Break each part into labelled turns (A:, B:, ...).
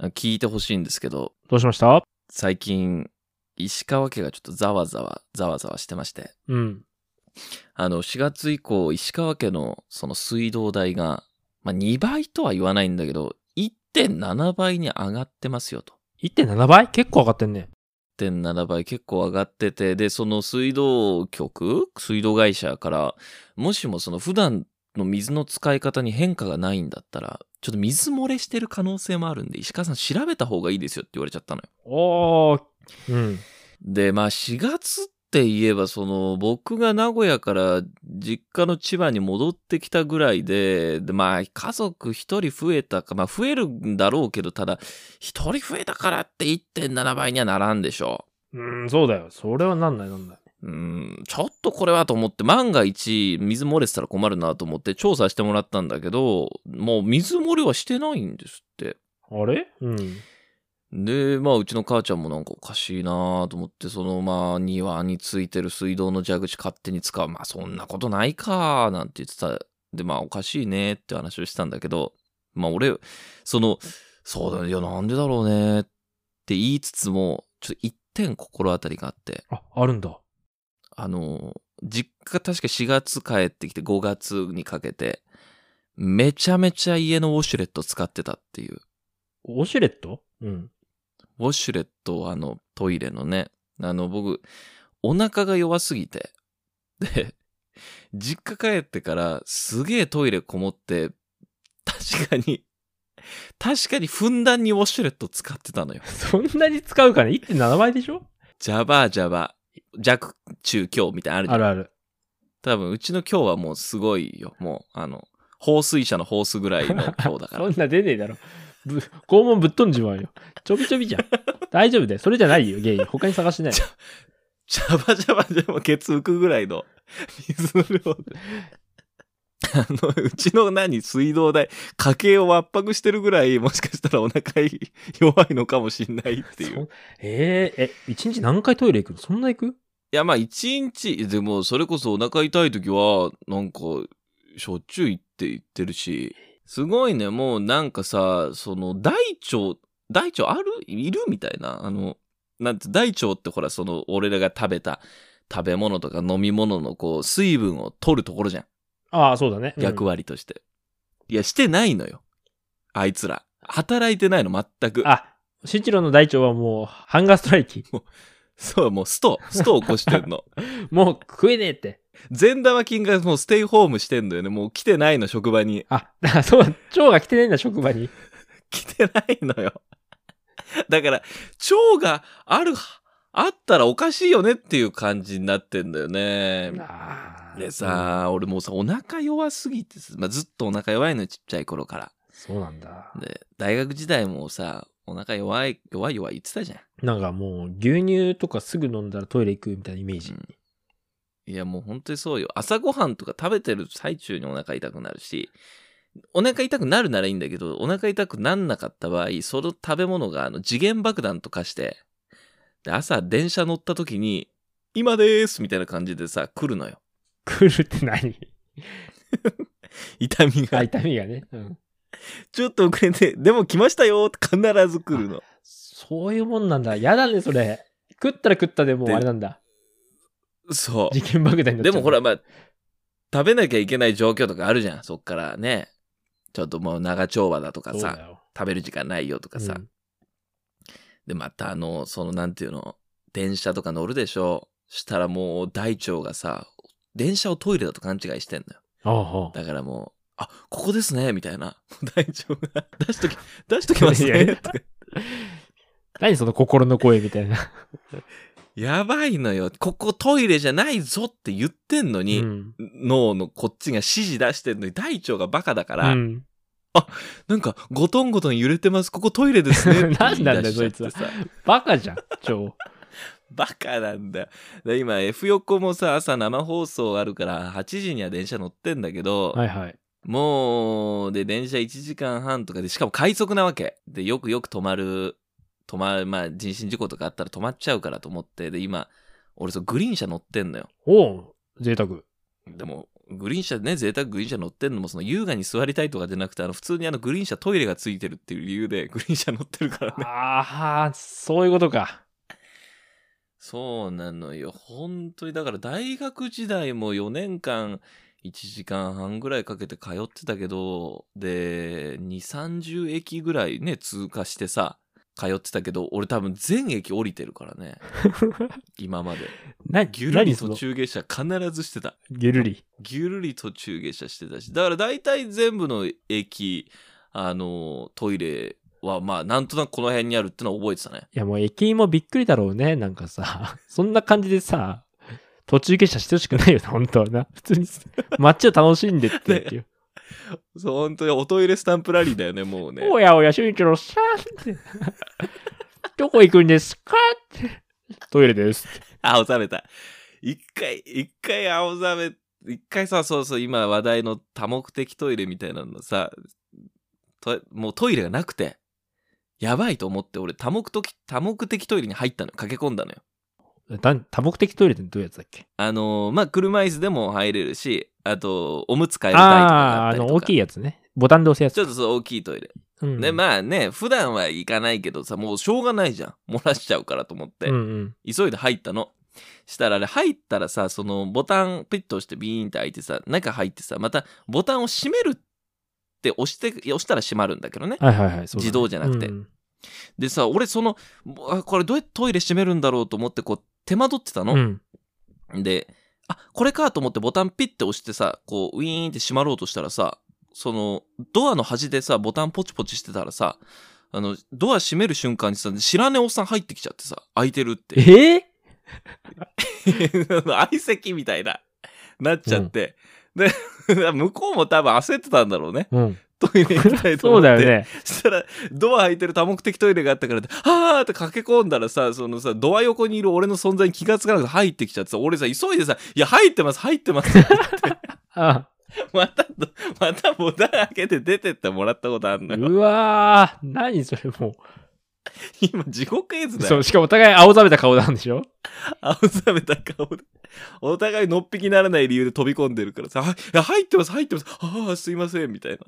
A: 聞いてほしいんですけど、
B: どうしました
A: 最近、石川家がちょっとざわざわ、ざわざわしてまして、
B: うん。
A: あの、4月以降、石川家のその水道代が、まあ、2倍とは言わないんだけど、1.7倍に上がってますよと。
B: 1.7倍結構上がってんね。
A: 1.7倍結構上がってて、で、その水道局水道会社から、もしもその普段の水の使い方に変化がないんだったら、ちょっと水漏れしてる可能性もあるんで、石川さん調べた方がいいですよって言われちゃったのよ。
B: おー。うん。
A: で、まあ4月って言えば、その僕が名古屋から実家の千葉に戻ってきたぐらいで、で、まあ家族一人増えたか、まあ増えるんだろうけど、ただ一人増えたからって1.7倍にはならんでしょ
B: うん、そうだよ。それはなんないなんない。
A: う。うん、ちょっとこれはと思って、万が一水漏れてたら困るなと思って調査してもらったんだけど、もう水漏れはしてないんですって。
B: あれうん。
A: で、まあ、うちの母ちゃんもなんかおかしいなと思って、その、まあ、庭についてる水道の蛇口勝手に使う。まあ、そんなことないかなんて言ってた。で、まあ、おかしいねって話をしてたんだけど、まあ、俺、その、そうだね、いや、なんでだろうねって言いつつも、ちょっと一点心当たりがあって、
B: あ、あるんだ。
A: あの、実家確か4月帰ってきて5月にかけて、めちゃめちゃ家のウォシュレット使ってたっていう。
B: オシュレットうん。
A: ウォシュレットをあのトイレのね、あの僕、お腹が弱すぎて、で、実家帰ってからすげえトイレこもって、確かに、確かにふんだんにウォシュレット使ってたのよ。
B: そんなに使うかね ?1.7 倍でしょ
A: ジャバージャバ、弱中強みたいなのあるじゃん
B: あるある。
A: 多分うちの強はもうすごいよ。もう、あの、放水車のホースぐらいの強だか
B: そ
A: ら
B: ん。な出ねえだろ。ぶ肛門ぶっ飛んじまうよ。ちょびちょびじ ゃん。大丈夫だよ。それじゃないよ、原因。他に探してない。
A: ジャバジャバでもケツ浮くぐらいの水の量で。あの、うちの何、水道代、家計を圧迫してるぐらい、もしかしたらお腹い弱いのかもしんないっていう。い
B: そえー、え、一日何回トイレ行くのそんな行く
A: や、まあ一日、でもそれこそお腹痛い時は、なんか、しょっちゅう行って行ってるし、すごいね、もうなんかさ、その、大腸、大腸あるいるみたいな、あの、なんて、大腸ってほら、その、俺らが食べた食べ物とか飲み物のこう、水分を取るところじゃん。
B: ああ、そうだね。うん
A: 役割として。いや、してないのよ。あいつら。働いてないの、全く。
B: あ、新一郎の大腸はもう、ハンガーストライキ。
A: そう、もうスト、スト起こして んの。
B: もう食えねえって。
A: 善玉菌がもうステイホームしてんだよね。もう来てないの、職場に。
B: あ、だからそう、腸が来てねえんだ、職場に。
A: 来てないのよ。だから、腸がある、あったらおかしいよねっていう感じになってんだよね。
B: あー
A: で、さ、俺もうさ、お腹弱すぎてさ、まあ、ずっとお腹弱いのよ、ちっちゃい頃から。
B: そうなんだ。
A: で、大学時代もさ、お腹弱い、弱い弱い言ってたじゃん。
B: なんかもう、牛乳とかすぐ飲んだらトイレ行くみたいなイメージ。
A: いや、もう本当にそうよ。朝ごはんとか食べてる最中にお腹痛くなるし、お腹痛くなるならいいんだけど、お腹痛くなんなかった場合、その食べ物があの次元爆弾と化して、で朝電車乗った時に、今でーすみたいな感じでさ、来るのよ。
B: 来るって何
A: 痛み
B: あ、
A: が。
B: 痛みがね。うん。
A: ちょっと遅れて、でも来ましたよーって必ず来るの。
B: そういうもんなんだ。やだね、それ。食ったら食ったでもう
A: で
B: あれなんだ。
A: そ
B: 事件爆弾
A: う。
B: になっち
A: で
B: ゃう。
A: もほら、、まあ、食べなきゃいけない状況とかあるじゃん。そっからね。ちょっともう長丁場だとか
B: そう
A: さ、
B: だよ。
A: 食べる時間ないよとかさ。
B: うん
A: で、またあの、そのなんていうの、電車とか乗るでしょしたらもう大腸がさ、電車をトイレだと勘違いしてんのよ。
B: ああああ
A: だからもう、あ、ここですね、みたいな。 大腸が、出しとき、出しときます
B: いやい
A: ね。
B: や
A: とか
B: 何その心の声みたいな。
A: やばいのよ。ここトイレじゃないぞって言ってんの に、
B: うん。
A: 脳のこっちが指示出してんのに大腸がバカだから、
B: うん
A: なんかゴトンゴトン揺れてます。ここトイレですねって言い出しちゃってさ。
B: 何なんだよそいつはバカじゃん、 超。
A: バカなんだよ。で今、F 横もさ、朝生放送あるから、8時には電車乗ってんだけど、
B: はいはい。
A: もう、で、電車1時間半とかで、しかも快速なわけ。で、よくよく止まる、止まる、まあ、人身事故とかあったら止まっちゃうからと思って、で、今、俺そう、グリーン車乗ってんのよ。
B: おう、贅沢。
A: でも、グリーン車ね、贅沢グリーン車乗ってんのも、その優雅に座りたいとかじゃなくて、あの、普通にあの、グリーン車トイレがついてるっていう理由で、グリーン車乗ってるからね。
B: ああ、そういうことか。
A: そうなのよ。本当に、だから大学時代も4年間、1時間半ぐらいかけて通ってたけど、で、2、30駅ぐらいね、通過してさ、通ってたけど、俺多分全駅降りてるからね。 今まで。
B: な、
A: ぎゅるり
B: 何そ
A: 途
B: の、
A: 中下車必ずしてた。
B: ギュルリ。
A: ぎゅるり途中下車してたしだから大体全部の駅あのトイレはまあなんとなくこの辺にあるってのは覚えてたね
B: いや、もう駅員もびっくりだろうね。なんかさ、 そんな感じでさ、途中下車してほしくないよね、本当はな。 普通に、街を楽しんでってっていう。
A: そう本当におトイレスタンプラリーだよねもうね
B: おやおや、俊一郎さんって。 どこ行くんですかって。トイレですって。
A: 青ざめた一回一回青ざめ一回さそうそう今話題の多目的トイレみたいなのさともうトイレがなくてやばいと思って俺多目的多目的トイレに入ったのよ駆け込んだのよ
B: だ多目的トイレってどういうやつだっけ
A: あのまあ、車椅子でも入れるし、あと、おむつ替える台とかが
B: あ
A: あった
B: あー、あ
A: りと
B: の、
A: か
B: 大きいやつね。ボタンで押すや
A: ち
B: つ。
A: ょっとそう大きいトイレ。
B: うん
A: で、まあね、普段は行かないけどさ、もうしょうがないじゃん。漏らしちゃうからと思って、
B: うんうん。
A: 急いで入ったの。したらあれ、入ったらさ、そのボタンピッと押してビーンって開いてさ、中入ってさ、またボタンを閉めるって押して、押したら閉まるんだけどね。
B: はいはいはい。そうだね
A: 自動じゃなくて
B: うん
A: でさ、俺その、あこれどうやってトイレ閉めるんだろうと思って、こう、手間取ってたの。
B: うん。
A: で、あ、これかと思ってボタンピッて押してさ、こう、ウィーンって閉まろうとしたらさ、その、ドアの端でさ、ボタンポチポチしてたらさ、あの、ドア閉める瞬間にさ、知らねえおっさん入ってきちゃってさ、開いてるっ
B: え
A: て。
B: ー
A: 相席みたいな、なっちゃって。で、 向こうも多分焦ってたんだろうね。
B: うん。
A: トイレ行きたいと
B: そ
A: 思
B: う
A: って。
B: だよね。
A: そしたら、ドア開いてる多目的トイレがあったからで、はーって駆け込んだらさ、そのさ、ドア横にいる俺の存在に気がつかなくて入ってきちゃってさ、俺さ、急いでさ、いや、入ってます、入ってます。
B: あ
A: また、またボタン開けて出てってもらったことあんのよ。
B: うわー、何それも
A: 今、地獄絵図
B: う。
A: だ
B: そ
A: よ
B: う、。しかもお互い青ざめた顔なんでしょ
A: 青ざめた顔で。お互いのっぴきならない理由で飛び込んでるからさ、はいいや、入ってます、入ってます、ああ、すいません、みたいな。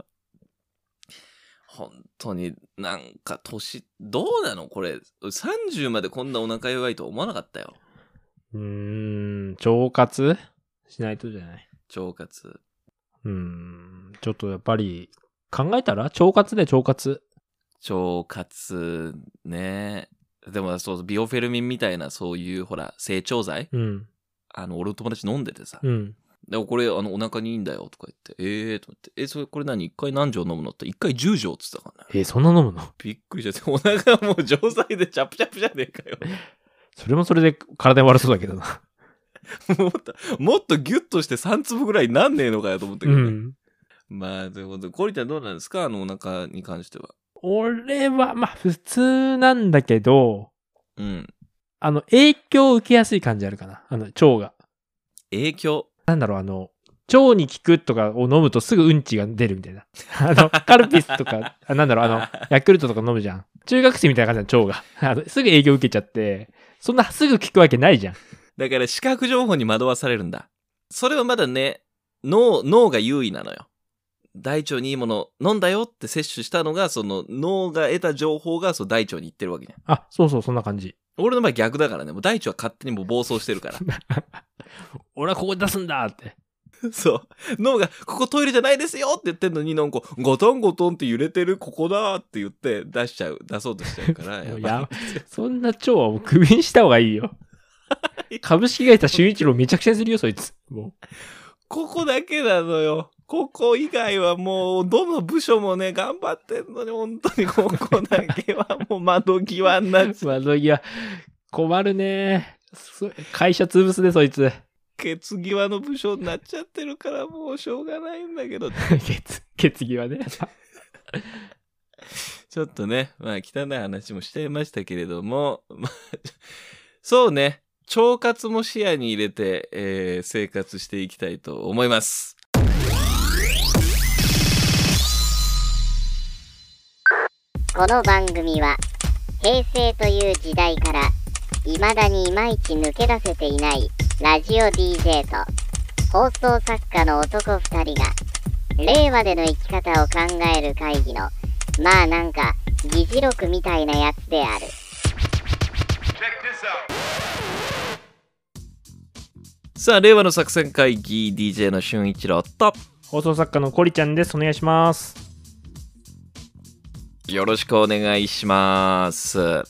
A: 本当になんか年、どうなのこれ、30までこんなお腹弱いとは思わなかったよ。
B: うーん、腸活しないとじゃない。
A: 腸活。
B: うーん、ちょっとやっぱり、考えたら腸活で腸活。
A: 腸活ね。でもそう、ビオフェルミンみたいなそういうほら、成長剤
B: うん、
A: あの、俺の友達飲んでてさ。
B: うん。
A: でもこれ、あの、お腹にいいんだよとか言って、ええー、と思って、え、それ、これ何一回何錠飲むのって、一回10錠っつってたからね。
B: えーそんな飲むの
A: びっくりしちゃって、お腹もう錠剤でチャプチャプじゃねえかよ。
B: それもそれで体悪そうだけどな。
A: もっと、もっとギュッとして3粒ぐらいになんねえのかよと思ったけ
B: う
A: どね。
B: ん。
A: まあ、ということで、コリちゃんどうなんですかあの、お腹に関しては。
B: 俺は、まあ、普通なんだけど、
A: うん。
B: あの、影響を受けやすい感じあるかな。あの、腸が。
A: 影響。
B: なんだろう、あの、腸に効くとかを飲むとすぐうんちが出るみたいな。あの、カルピスとか、あなんだろう、あの、ヤクルトとか飲むじゃん。中学生みたいな感じの腸が。あ のすぐ影響受けちゃって、そんなすぐ効くわけないじゃん。
A: だから視覚情報に惑わされるんだ。それはまだね、脳、脳が優位なのよ。大腸にいいもの飲んだよって摂取したのが、その脳が得た情報がそう大腸に行ってるわけじゃん。
B: あ、そうそう、そんな感じ。
A: 俺の場合逆だからね、もう大腸は勝手にもう暴走してるから。
B: 俺はここで出すんだって。
A: そう。脳が、ここトイレじゃないですよって言ってんのに、なんか、ゴトンゴトンって揺れてる、ここだって言って出しちゃう、出そうとしちゃうから。
B: もう
A: やっ
B: や
A: ぱ
B: そんな腸はもうクビにした方がいいよ。株式会社俊一郎めちゃくちゃにするよ、そいつ。も
A: ここだけなのよ。ここ以外はもう、どの部署もね、頑張ってんのに、本当にここだけはもう窓際になっ
B: う。窓際、困るね。そ会社潰すで、そいつ。
A: ケツ際の部署になっちゃってるから、もうしょうがないんだけど。
B: ケツ、ケツ際ね。
A: ちょっとね、まあ、汚い話もしちゃいましたけれども、まあ、 そうね、腸活も視野に入れて、えー生活していきたいと思います。
C: この番組は平成という時代から未だにいまいち抜け出せていないラジオ DJ と放送作家の男2人が令和での生き方を考える会議のまあなんか議事録みたいなやつであ
D: Check
C: る
D: this out.
A: さあ令和の作戦会議 DJ の俊一郎と
B: 放送作家のコリちゃんです。お願いします。
A: よろしくお願いします。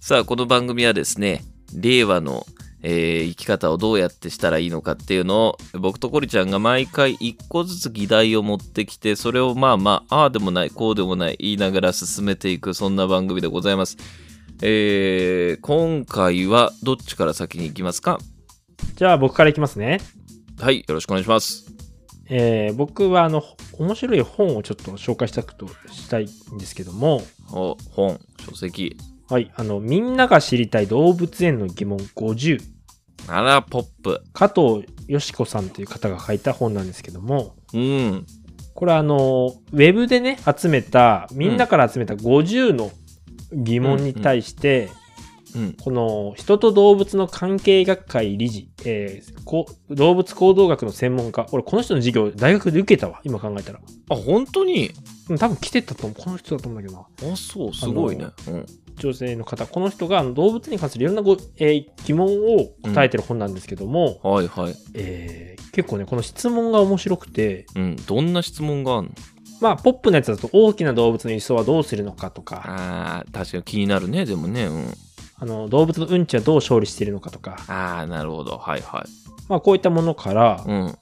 A: さあ、この番組はですね、令和の、えー生き方をどうやってしたらいいのかっていうのを、僕とコリちゃんが毎回一個ずつ議題を持ってきて、それをまあまあ、ああでもない、こうでもない、言いながら進めていく、そんな番組でございます。えー今回はどっちから先に行きますか
B: じゃあ僕からいきますね。
A: はい、よろしくお願いします。
B: えー僕はあの、面白い本をちょっと紹介したくとしたいんですけども、
A: お、本、書籍。
B: はい、あの、みんなが知りたい動物園の疑問50、
A: あら、ポップ。
B: 加藤よしこさんという方が書いた本なんですけども、
A: うん。
B: これあの、ウェブでね、集めた、みんなから集めた50の疑問に対して、
A: うん。
B: この人と動物の関係学会理事、えーこう動物行動学の専門家、俺この人の授業大学で受けたわ、今考えたら。
A: あ、本当に
B: うん多分来てたと思う、この人だと思うんだけどな。
A: あ、そう、すごいね。うん。
B: 女性の方、この人があの動物に関するいろんなご、えー疑問を答えてる本なんですけども、
A: はいはい。
B: えー結構ね、この質問が面白くて、
A: うん、どんな質問があるの
B: まあ、ポップなやつだと大きな動物の輸送はどうするのかとか、
A: あー確かに気になるねでもねうん
B: あの動物のうんちはどう勝利しているのかとか、
A: ああなるほどはいは
B: まあ、こういったものから
A: い、うんあ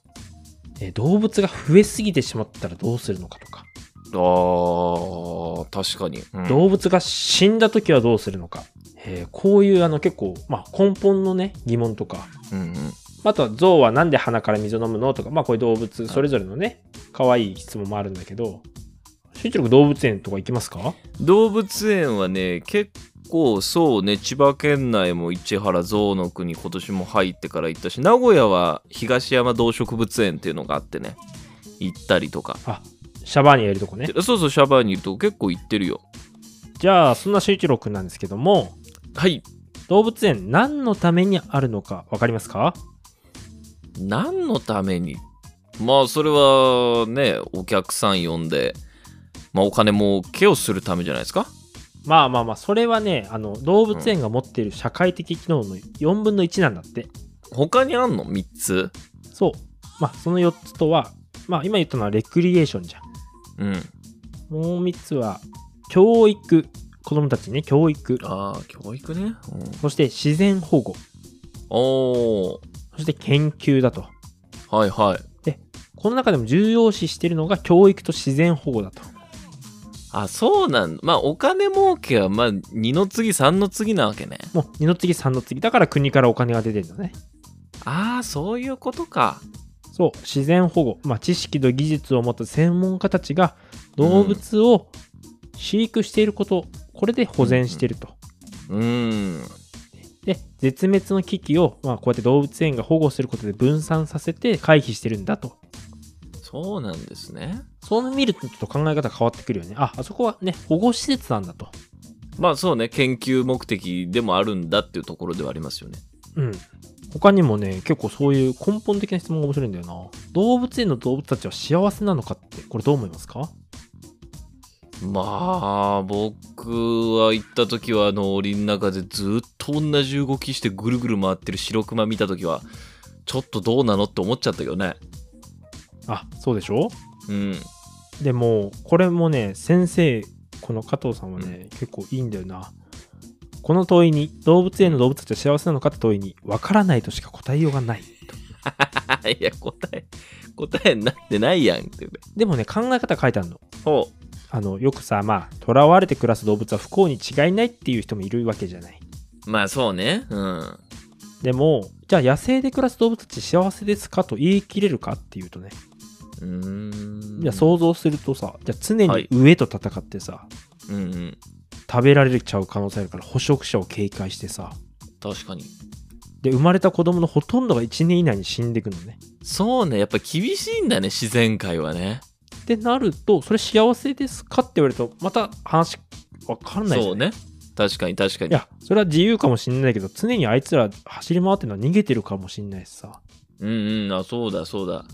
B: えー動物が増えすぎてしまったらどうするのかとか、
A: ー確かに、うん
B: 動物が死んだ時はどうするのか、えーこういうあの結構、まあ、根本のね、疑問とか、
A: うんうん
B: あとは象はなんで鼻から水を飲むのとか、まあこういう動物、それぞれのね、可愛い質問もあるんだけど、集中力動物園とか行きますか
A: 動物園はね結構そうね千葉県内も市原象の国今年も入ってから行ったし名古屋は東山動植物園っていうのがあってね行ったりとか
B: あ、シャバーニがいるとこね。
A: そうそうシャバーにいると結構行ってるよ
B: じゃあ、そんな集中力なんですけども、
A: はい
B: 動物園何のためにあるのかわかりますか
A: 何のためにまあそれはねお客さん呼んで、まあ、お金儲けをするためじゃないですか
B: まあまあまあ、それはね、あの、動物園が持っている社会的機能の4分の1なんだって。
A: 他にあんの3つ
B: そう。まあ、その4つとは、まあ今言ったのはレクリエーションじゃん。
A: うん
B: もう3つは、教育。子供たちにね、教育。
A: ああ教育ね、うん、
B: そして自然保護。
A: おー
B: そして研究だと。
A: はいはい
B: この中でも重要視しているのが教育と自然保護だと。
A: あそうなんまあお金儲けはまあ2の次3の次なわけね
B: もう二の次三の次。だから国からお金が出てるんだね。
A: ああそういうことか
B: そう、自然保護。まあ、知識と技術を持った専門家たちが動物を飼育していること、これで保全していると。
A: うーん
B: で、絶滅の危機を、まあ、こうやって動物園が保護することで分散させて回避してるんだと。
A: そうなんですね
B: そう見るとちょっと考え方変わってくるよね。あ、あそこはね、保護施設なんだと。
A: まあそうね研究目的でもあるんだっていうところではありますよね
B: うん。他にもね、結構そういう根本的な質問が面白いんだよな。動物園の動物たちは幸せなのかって、これどう思いますか
A: まあ僕は行った時はあの檻の中でずっと同じ動きしてぐるぐる回ってる白クマ見た時はちょっとどうなのって思っちゃったけどね
B: あ、そうでしょ
A: うん
B: でも、これもね、先生、この加藤さんはね、結構いいんだよな。この問いに、動物園の動物たちは幸せなのかって問いに、わからないとしか答えようがない。
A: いや答え 答えになってないやんって
B: でもね、考え方書いてあるの。
A: ほ
B: あの、よくさ、まあ、囚われて暮らす動物は不幸に違いないっていう人もいるわけじゃない。
A: うまあそうねうん
B: でも、じゃあ野生で暮らす動物たち幸せですかと言い切れるかっていうとね、
A: うーん
B: いや想像するとさじゃあ常
A: は
B: に
A: い
B: 上と戦ってさ、
A: ううんうん
B: 食べられちゃう可能性あるから捕食者を警戒してさ
A: 確かに
B: で生まれた子供のほとんどが1年以内に死んでいくのね
A: そうねやっぱ厳しいんだね自然界はね
B: ってなるとそれ幸せですかって言われるとまた話わかんないじゃ
A: そ
B: ん
A: うね確かに確か
B: い
A: に
B: やそれは自由かもしんないけど常にあいつら走り回ってるのは逃げてるかもしんないしさ
A: うんうん、あ、そうだ、そうだ。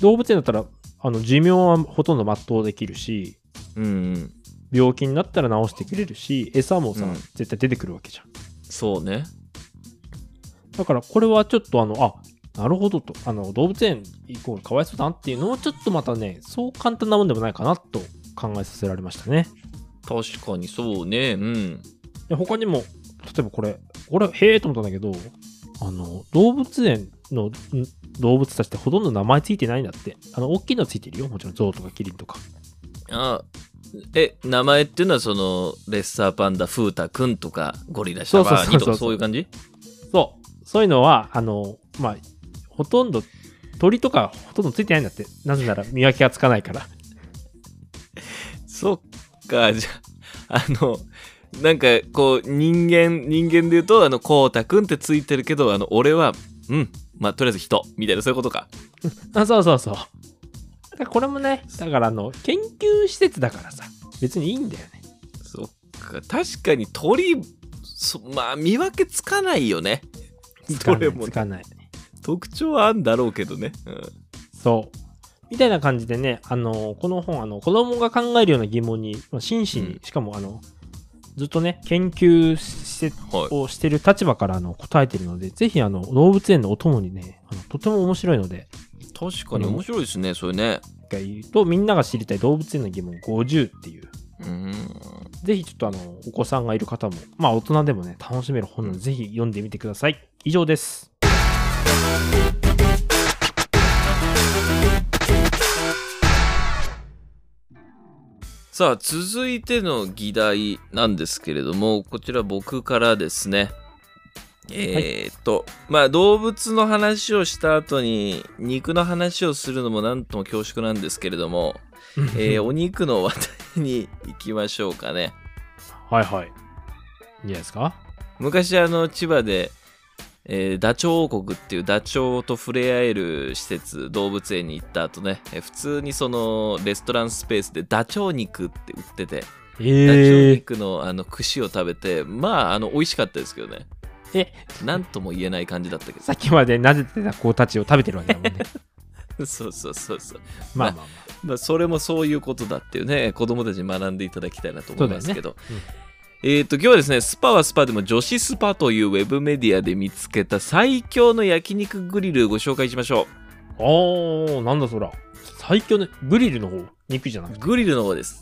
B: 動物園だったらあの寿命はほとんど全うできるし
A: うんうん。
B: 病気になったら治してくれるし餌もさ、
A: うん
B: 絶対出てくるわけじゃん
A: そうね。
B: だからこれはちょっとあのあなるほどとあの動物園イコールかわいそうだなっていうのをちょっとまたねそう簡単なもんでもないかなと考えさせられましたね
A: 確かにそうね。うん。
B: で他にも例えばこれこれへえと思ったんだけどあの動物園のん動物たちってほとんど名前ついてないんだってあの大きいのはついてるよもちろんゾウとかキリンとか
A: あえ、名前っていうのは、その、レッサーパンダ、フータくんとか、ゴリラシャバーニと
B: そうそうそうそ
A: か、
B: う
A: そういう感じ
B: そうそういうのはあのまあほとんど鳥とかほとんどついてないんだってなぜなら見分けがつかないから
A: そっか、じゃあ、あの、なんか、こう、人間、人間で言うと、あの、こうたくんってついてるけど、あの、俺は、うん、まあ、とりあえず人、みたいな、そういうことか。
B: あそうそうそう。だからこれもね、だからあの、研究施設だからさ、別にいいんだよね。
A: そっか、確かに鳥、そまあ、見分けつかないよね。どれも
B: つかない。つかない
A: 特徴はあんだろうけどね。
B: そう。みたいな感じでね、あの、この本、あの、子供が考えるような疑問に、まあ真摯に、
A: うん
B: しかもあの、ずっとね、研究施設
A: うん、はい。
B: をしてる立場からあの答えてるので、ぜひあの、動物園のお供にね、あのとても面白いので、
A: 確かに面白いですね、それね。
B: 一回言うと、みんなが知りたい動物園の疑問50っていう、
A: うーん。
B: ぜひちょっとあの、お子さんがいる方も、まあ大人でもね、楽しめる本なので、ぜひ読んでみてください。以上です。
A: さあ、続いての議題なんですけれども、こちら僕からですね。えーっと、まあ動物の話をした後に肉の話をするのもなんとも恐縮なんですけれども、えーお肉の話題に行きましょうかね。
B: はいはい。いいんじゃないですか
A: 昔あの千葉で、えーダチョウ王国っていうダチョウと触れ合える施設動物園に行った後ね、えー普通にそのレストランスペースでダチョウ肉って売ってて、ダチョウ
B: え
A: 肉のあの串を食べてまああの美味しかったですけどね
B: え
A: なんとも言えない感じだったけ
B: さっきまでなぜてた子たちを食べてるわけだもんね。
A: ど そうそうそうそう
B: まあまあまあ。
A: まあ、それもそういうことだっていうね子供たちに学んでいただきたいなと思いますけど、
B: そうだよね
A: えっ、と今日はですねスパはスパでも女子スパというウェブメディアで見つけた最強の焼肉グリルご紹介しましょ
B: おー、なんだそら。最強のグリルの方、肉じゃなく
A: う
B: て。
A: グリルの方です、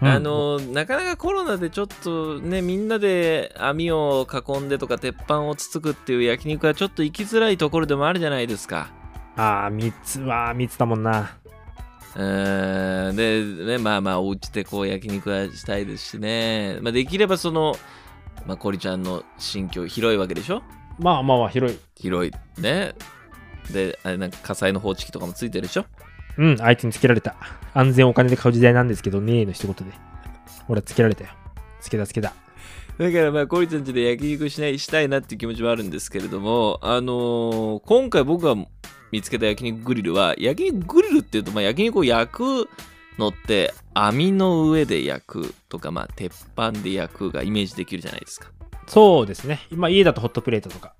B: うん
A: あ、のなかなかコロナでちょっとねみんなで網を囲んでとか鉄板をつつくっていう焼肉はちょっと行きづらいところでもあるじゃないですか
B: あー、蜜は蜜だもんな。
A: うーんで、ね、まあまあ、お家でこう焼肉はしたいですしね。まあ、できればその、まあ、コリちゃんの心境広いわけでしょ
B: まあまあまあ、広い。
A: 広い。ね。で、あれなんか火災の放置器とかもついてるでしょ
B: うん、相手につけられた。安全をお金で買う時代なんですけどねーの一言で。俺はつけられたよ。つけたつけた。
A: だからまあ、コリちゃんちで焼肉しない、したいなっていう気持ちもあるんですけれども、あのー今回僕が見つけた焼肉グリルは、焼肉グリルっていうと、まあ、焼肉を焼くのって、網の上で焼くとか、まあ、鉄板で焼くがイメージできるじゃないですか。
B: そうですね。今家だとホットプレートとか。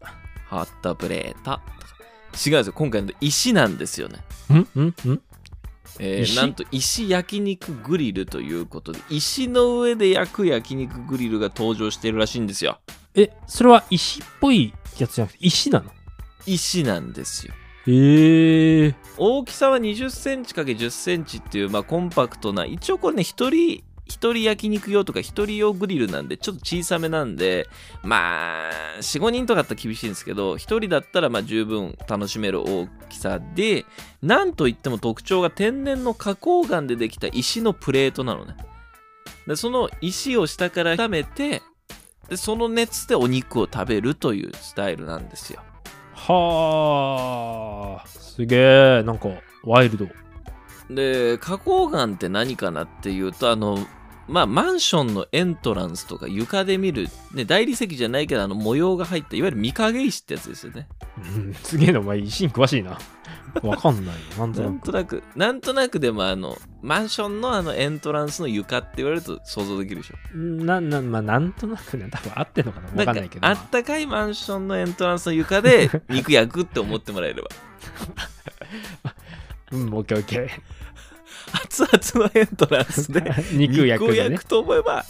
A: ハッタプレータとか違うんですよ今回の石なんですよね、
B: んんん
A: えー
B: 石
A: なんと石焼肉グリルということで石の上で焼く焼肉グリルが登場しているらしいんですよ
B: え、それは石っぽいやつじゃなくて石なの
A: 石なんですよ
B: ええー。
A: 大きさは 20cm×10cm っていう、まあ、コンパクトな一応これね一人一人焼肉用とか一人用グリルなんでちょっと小さめなんでまあ45人とかだったら厳しいんですけど一人だったらまあ十分楽しめる大きさでなんといっても特徴が天然の花崗岩でできた石のプレートなのねでその石を下から炒めてでその熱でお肉を食べるというスタイルなんですよ
B: はあすげえなんかワイルド
A: で花崗岩って何かなっていうとあのまあマンションのエントランスとか床で見る、ね、大理石じゃないけどあの模様が入ったいわゆる御影石ってやつですよね
B: うんすげえなお前石に詳しいなわかんないよ。なんと
A: な
B: なんく。
A: となく、なんとなくでもあの、マンションのあのエントランスの床って言われると想像できるでしょ。
B: な、な、まあ、なんとなくね、多分合ってんのかなわかんないけど。
A: あったかいマンションのエントランスの床で肉焼くって思ってもらえれば。
B: うん、オッケーオッケ
A: 熱々のエントランスで
B: ー。肉焼
A: 肉
B: くの
A: を
B: ね
A: 焼く。と思えば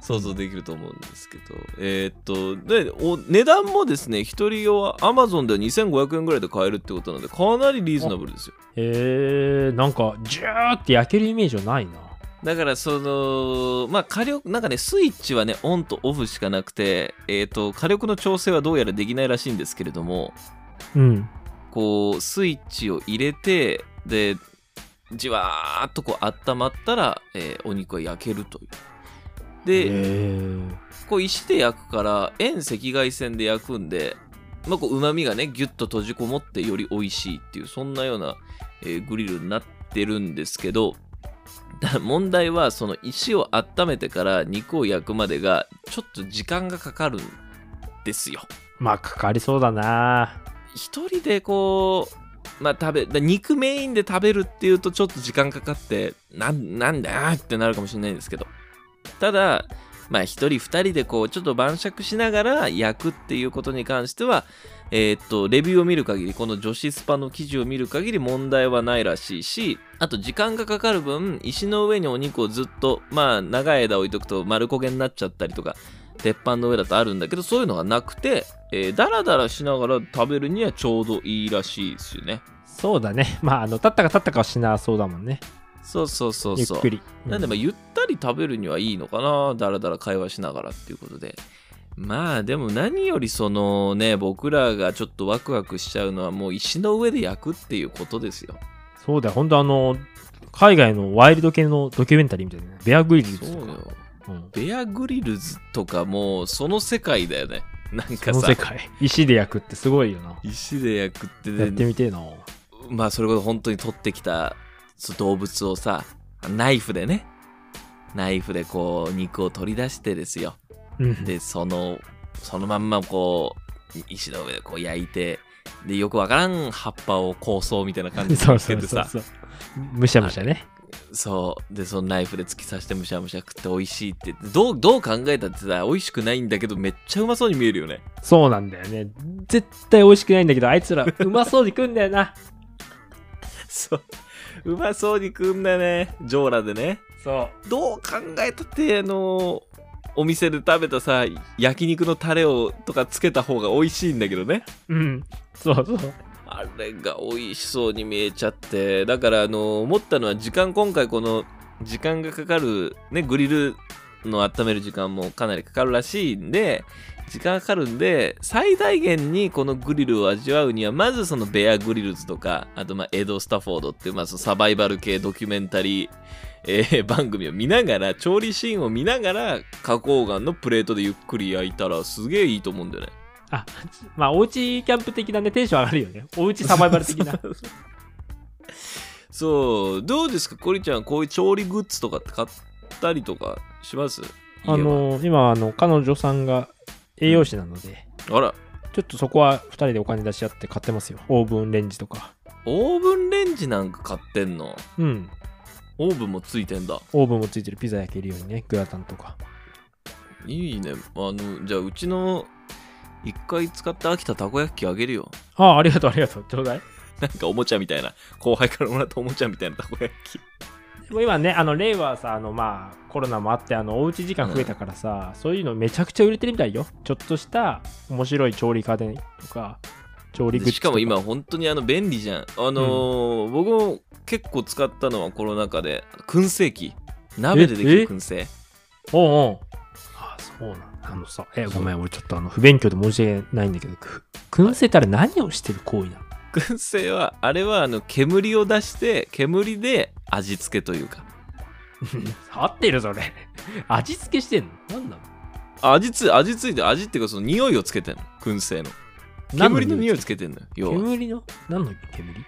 A: 想像できると思うんですけど、えーっとでお値段もですね一人用は Amazon では2500円ぐらいで買えるってことなのでかなりリーズナブルですよ
B: えー、なんか、ジューって焼けるイメージはないな。
A: だからそのまあ火力なんかねスイッチはねオンとオフしかなくて、えーっと火力の調整はどうやらできないらしいんですけれども
B: うん。
A: こうスイッチを入れてでじわーっとこう温まったら、えーお肉は焼けるというで、
B: えー、
A: こう石で焼くから遠赤外線で焼くんでまあこうまみがねギュッと閉じこもってより美味しいっていうそんなような、えーグリルになってるんですけどだ問題はその石を温めてから肉を焼くまでがちょっと時間がかかるんですよ
B: まあ、かかりそうだな。
A: 一人でこうまあ食べだ肉メインで食べるっていうとちょっと時間かかってなんなんだってなるかもしれないんですけどただまあ一人二人でこうちょっと晩酌しながら焼くっていうことに関してはえーっとレビューを見る限りこの女子スパの記事を見る限り問題はないらしいしあと時間がかかる分石の上にお肉をずっとまあ長い枝置いとくと丸焦げになっちゃったりとか鉄板の上だとあるんだけどそういうのがなくて、えー、だらだらしながら食べるにはちょうどいいらしいですよね
B: そうだね。まあ、あの、立ったか立ったかはしなそうだもんね。
A: そうそうそう
B: ゆっ
A: そう
B: くり。
A: なんでまあゆったり食べるにはいいのかなだらだら会話しながらっていうことでまあでも何よりそのね僕らがちょっとワクワクしちゃうのはもう石の上で焼くっていうことですよ
B: そうだよ、ほんとあの、海外のワイルド系のドキュメンタリーみたいなね。ベアグリルズ
A: そう
B: とか。
A: よ
B: うん
A: ベアグリルズとかもうその世界だよねなん
B: そ
A: か
B: の
A: さ
B: 世界。石で焼くってすごいよな。
A: 石で焼くって
B: やっ
A: ね
B: てみてえな。
A: まあそれこそ本当に取ってきたそう動物をさナイフでねナイフでこう肉を取り出してですよ
B: うん。
A: でそのそのまんまこうい石の上でこう焼いてでよくわからん葉っぱを香草みたいな感じで
B: そう
A: つ
B: そ
A: け
B: う
A: て
B: そう
A: さ
B: そう。むしゃむしゃね。
A: そうでそのナイフで突き刺してむしゃむしゃ食って美味しいってどうどう考えたってさ美味しくないんだけどめっちゃうまそうに見えるよね
B: そうなんだよね。絶対美味しくないんだけど、あ いつらうまそうに食うんだよな。
A: そううまそうに食うんだよねジョーラでね
B: そ
A: どう考えたってあのお店で食べたさ焼肉のタレをとかつけた方が美味しいんだけどね
B: う。うん。そうそう。
A: あれが美味しそうに見えちゃってだからあの思ったのは時間今回この時間がかかるねグリルの温める時間もかなりかかるらしいんで時間かかるんで最大限にこのグリルを味わうにはまずそのベアグリルズとかあとまあエド・スタフォードっていうまあそのサバイバル系ドキュメンタリー、えー番組を見ながら調理シーンを見ながら花崗岩のプレートでゆっくり焼いたらすげえいいと思うんだよね。
B: あ、まあ、おうちキャンプ的なね、テンション上がるよね。おうちサバイバ ル的な。
A: そうどうですかコリちゃんこういう調理グッズとかって買ったりとかします
B: あの、今、あの、彼女さんが栄養士なので、
A: 家はあら
B: ちょっとそこは2人でお金出し合って買ってますよ。オーブンレンジとか。
A: オーブンレンジなんか買ってんの
B: うん。
A: オーブンもついてんだ
B: オーブンもついてるピザ焼けるようにね、グラタンとか。
A: いいねあのじゃあうちの一回使った飽きたたこ焼き器あげるよ
B: ああ、ありがとう、ありがとう。ちょうだい。
A: なんかおもちゃみたいな後輩からもらったおもちゃみたいなたこ焼き器
B: でも今ね、あの、令和はさ、あの、まあ、コロナもあって、あの、おうち時間増えたからさ、そういうのめちゃくちゃ売れてるみたいよ。ちょっとした面白い調理家電とか、調理グッ
A: で
B: ズ
A: し
B: と
A: かも今、本当にあの便利じゃんあのー僕も結構使ったのはコロナ禍で燻製器鍋ででき
B: ええ
A: る燻製
B: おうおうああ、そうなんあのさ、え、ごめん、俺ちょっとあの、不勉強で申し訳ないんだけど、く燻製ってあれ何をしてる行為 なの
A: 燻製はあれはあの煙を出して煙で味付けというか
B: 合ってるそれ。味付けしてんの何なの
A: 味つ味付いて味っていうかその匂いをつけてんの燻製の煙の匂いつけてんのよ要は
B: 煙の何の煙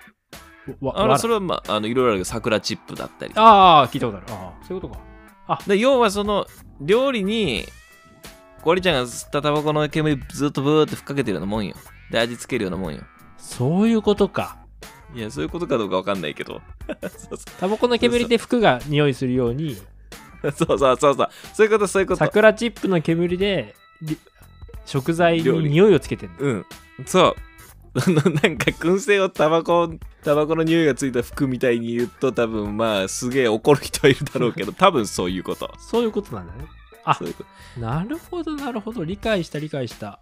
B: わ
A: あ
B: わ
A: のそれはまああのいろいろあるけど桜チップだったり
B: ああ、聞いたことある。ああ、そういうことか。
A: で要はその料理にゴリちゃんが吸ったタバコの煙ずっとブーって吹っかけてるようなもんよで味付けるようなもんよ
B: そういうことか。
A: いや、そういうことかどうかわかんないけど。 そう
B: タバコの煙で服が匂いするように、
A: そうそうそうそう。そういうこと、そういうこと。
B: 桜チップの煙で、り食材
A: 料
B: に
A: 理
B: 匂いをつけてる
A: うん。そう。 あのなんか燻製をタバコタバコの匂いがついた服みたいに言うと多分まあすげえ怒る人はいるだろうけど多分そういうこと
B: そういうことなんだね。あ
A: そういうこと
B: なるほど、なるほど。理解した、理解した。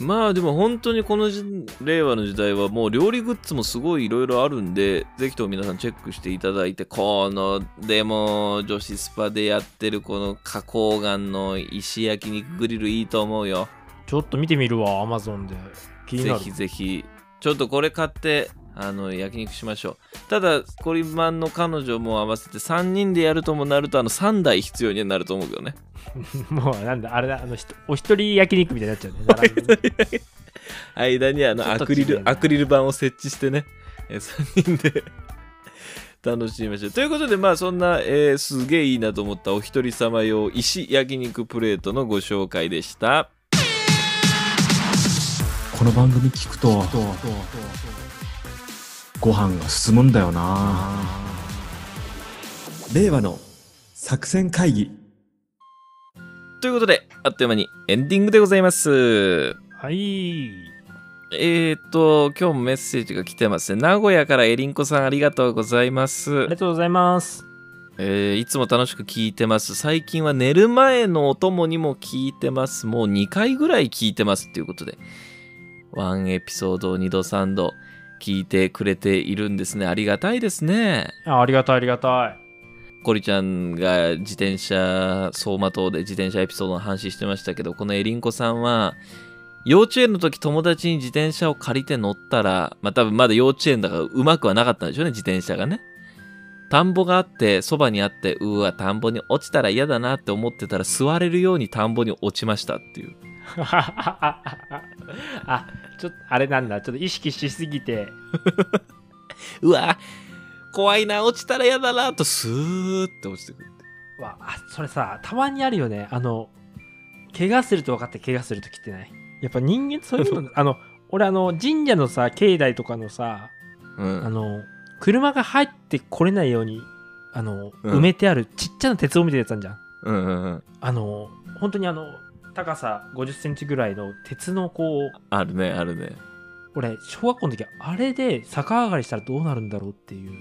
A: まあでも本当にこの時令和の時代はもう料理グッズもすごいいろいろあるんでぜひとも皆さんチェックしていただいてこのでも女子スパでやってるこの花崗岩の石焼肉グリルいいと思うよ
B: ちょっと見てみるわ、アマゾンで。気に
A: ぜ
B: なる。
A: ひぜひちょっとこれ買ってあの焼肉しましょうただコリマンの彼女も合わせて3人でやるともなるとあの3台必要になると思うけどね
B: もう、なんだ、あれだ、あのひと、お一人焼肉みたいになっちゃうね。並んでね
A: 間にあの
B: ちょっと
A: アクリ
B: 違う
A: ル
B: な
A: アクリル板を設置してね3人で楽しみましょうということでまあそんな、えーすげえいいなと思ったお一人様用石焼肉プレートのご紹介でした
E: この番組聞くとご飯が進むんだよな令和の作戦会議
A: ということであっという間にエンディングでございます
B: はい。
A: えーと、今日もメッセージが来てますね。名古屋からエリンコさんありがとうございま
B: あり
A: す
B: が。とうございます。
A: えーいつも楽しく聞いてます。最近は寝る前のお供にも聞いてます。もう2回ぐらい聞いてます。ということで、ワンエピソードを2度3度聞いてくれているんですね。ありがたいですね。
B: あありがたい、ありがたい。
A: コリちゃんが自転車走馬灯で自転車エピソードの話してましたけどこのエリンコさんは幼稚園の時友達に自転車を借りて乗ったらまあ多分まだ幼稚園だからうまくはなかったんでしょうね自転車がね田んぼがあってそばにあってうわ田んぼに落ちたら嫌だなって思ってたら座れるように田んぼに落ちましたっていう
B: あ、ちょっと、あれなんだ、ちょっと意識しすぎて、
A: うわ怖いな落ちたら嫌だなとスーって落ちてくる
B: わあそれさたまにあるよねあの怪我すると分かって怪我するときってないやっぱ人間そ ういうのあの俺あの神社のさ境内とかのさ
A: う
B: あ
A: ん
B: の車が入ってこれないようにあの、
A: うん
B: 埋めてあるちっちゃな鉄をみたいなやつあんじゃん
A: うんうんうん
B: あの本当にあの高さ5 0センチぐらいの鉄のこう
A: あるねあるね
B: 俺小学校の時あれで逆上がりしたらどうなるんだろうっていう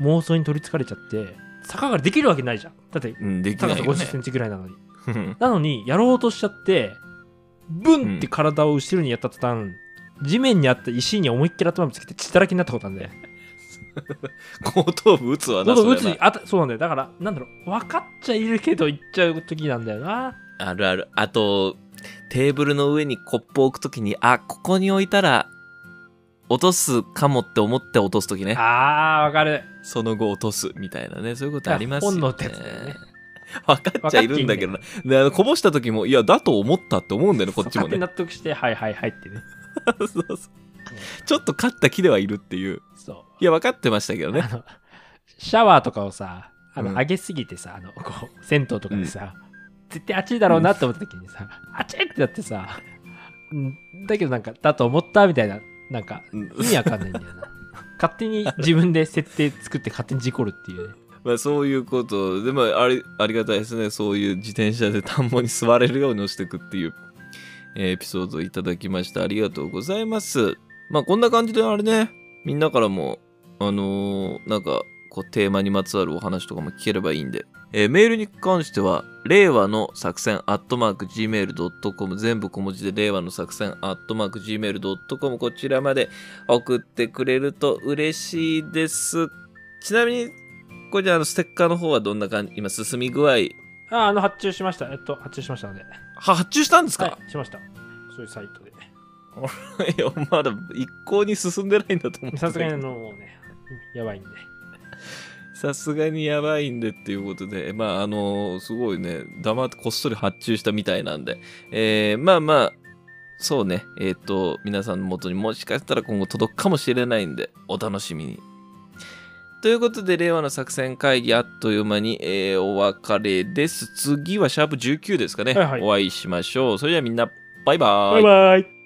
B: 妄想に取りつかれちゃって逆上がりできるわけないじゃんだって
A: うんでき
B: 高
A: な
B: さ
A: い
B: 5
A: よ
B: 0
A: ね
B: センチぐらいなのに
A: うん
B: なのに、やろうとしちゃって、ブンって体を後ろにやった途端、地面にあった石に思いっきり頭ぶつけて血だらけになったことなんで。
A: 後頭部打つわな
B: 喉打
A: そ
B: つ
A: れは
B: にあた、そうなんだよ。だから、なんだろう、分かっちゃいるけど、言っちゃう時なんだよな。
A: あるあるあとテーブルの上にコップを置くときにあここに置いたら落とすかもって思って落とすときね
B: あー、わかる。
A: その後落とすみたいなねそういうことありますよね
B: 本能ってやつだよね
A: 分かっちゃいるんだけどなであのこぼした時もいやだと思ったって思うんだよねこっちも
B: 勝手に
A: ね
B: 納得して、はいはいはいってね。
A: そうそうちょっと勝った気ではいるっていう
B: そ
A: いや分かってましたけど
B: う。
A: ね
B: あの、シャワーとかをさ、あの、
A: うん
B: 上げすぎてさ、あの、こう、銭湯とかでさ、絶対熱いだろうなって思った時にさ、熱いってなってさ、うんだけどなんか、だと思ったみたいな、なんか、
A: うん
B: 意味わかんないんだよ な勝手に自分で設定作って勝手に事故るっていうね
A: まあそういうことでもありありがたいですねそういう自転車で田んぼに座れるように押していくっていう、えーエピソードをいただきましたありがとうございますまあこんな感じであれねみんなからもあのーなんかこうテーマにまつわるお話とかも聞ければいいんで、えーメールに関しては令和の作戦アットマーク Gmail.com 全部小文字で令和の作戦アットマーク Gmail.com こちらまで送ってくれると嬉しいですちなみにこれじゃああのステッカーの方はどんな感じ今進み具合
B: ああの発注しましたえっと発注しましたので
A: は発注したんですか、
B: はいしましたそういうサイトで
A: いやまだ一向に進んでないんだと思う
B: さすがにあのもうねやばいんで
A: さすがにやばいんでっていうことでまああのすごいね黙ってこっそり発注したみたいなんでえーまあまあそうねえっ、と皆さんの元にもしかしたら今後届くかもしれないんでお楽しみにということで、令和の作戦会議、あっという間に、えーお別れです。次はシャープ19ですかね。
B: はいはい
A: お会いしましょう。それではみんな、バイバーイ。
B: バイ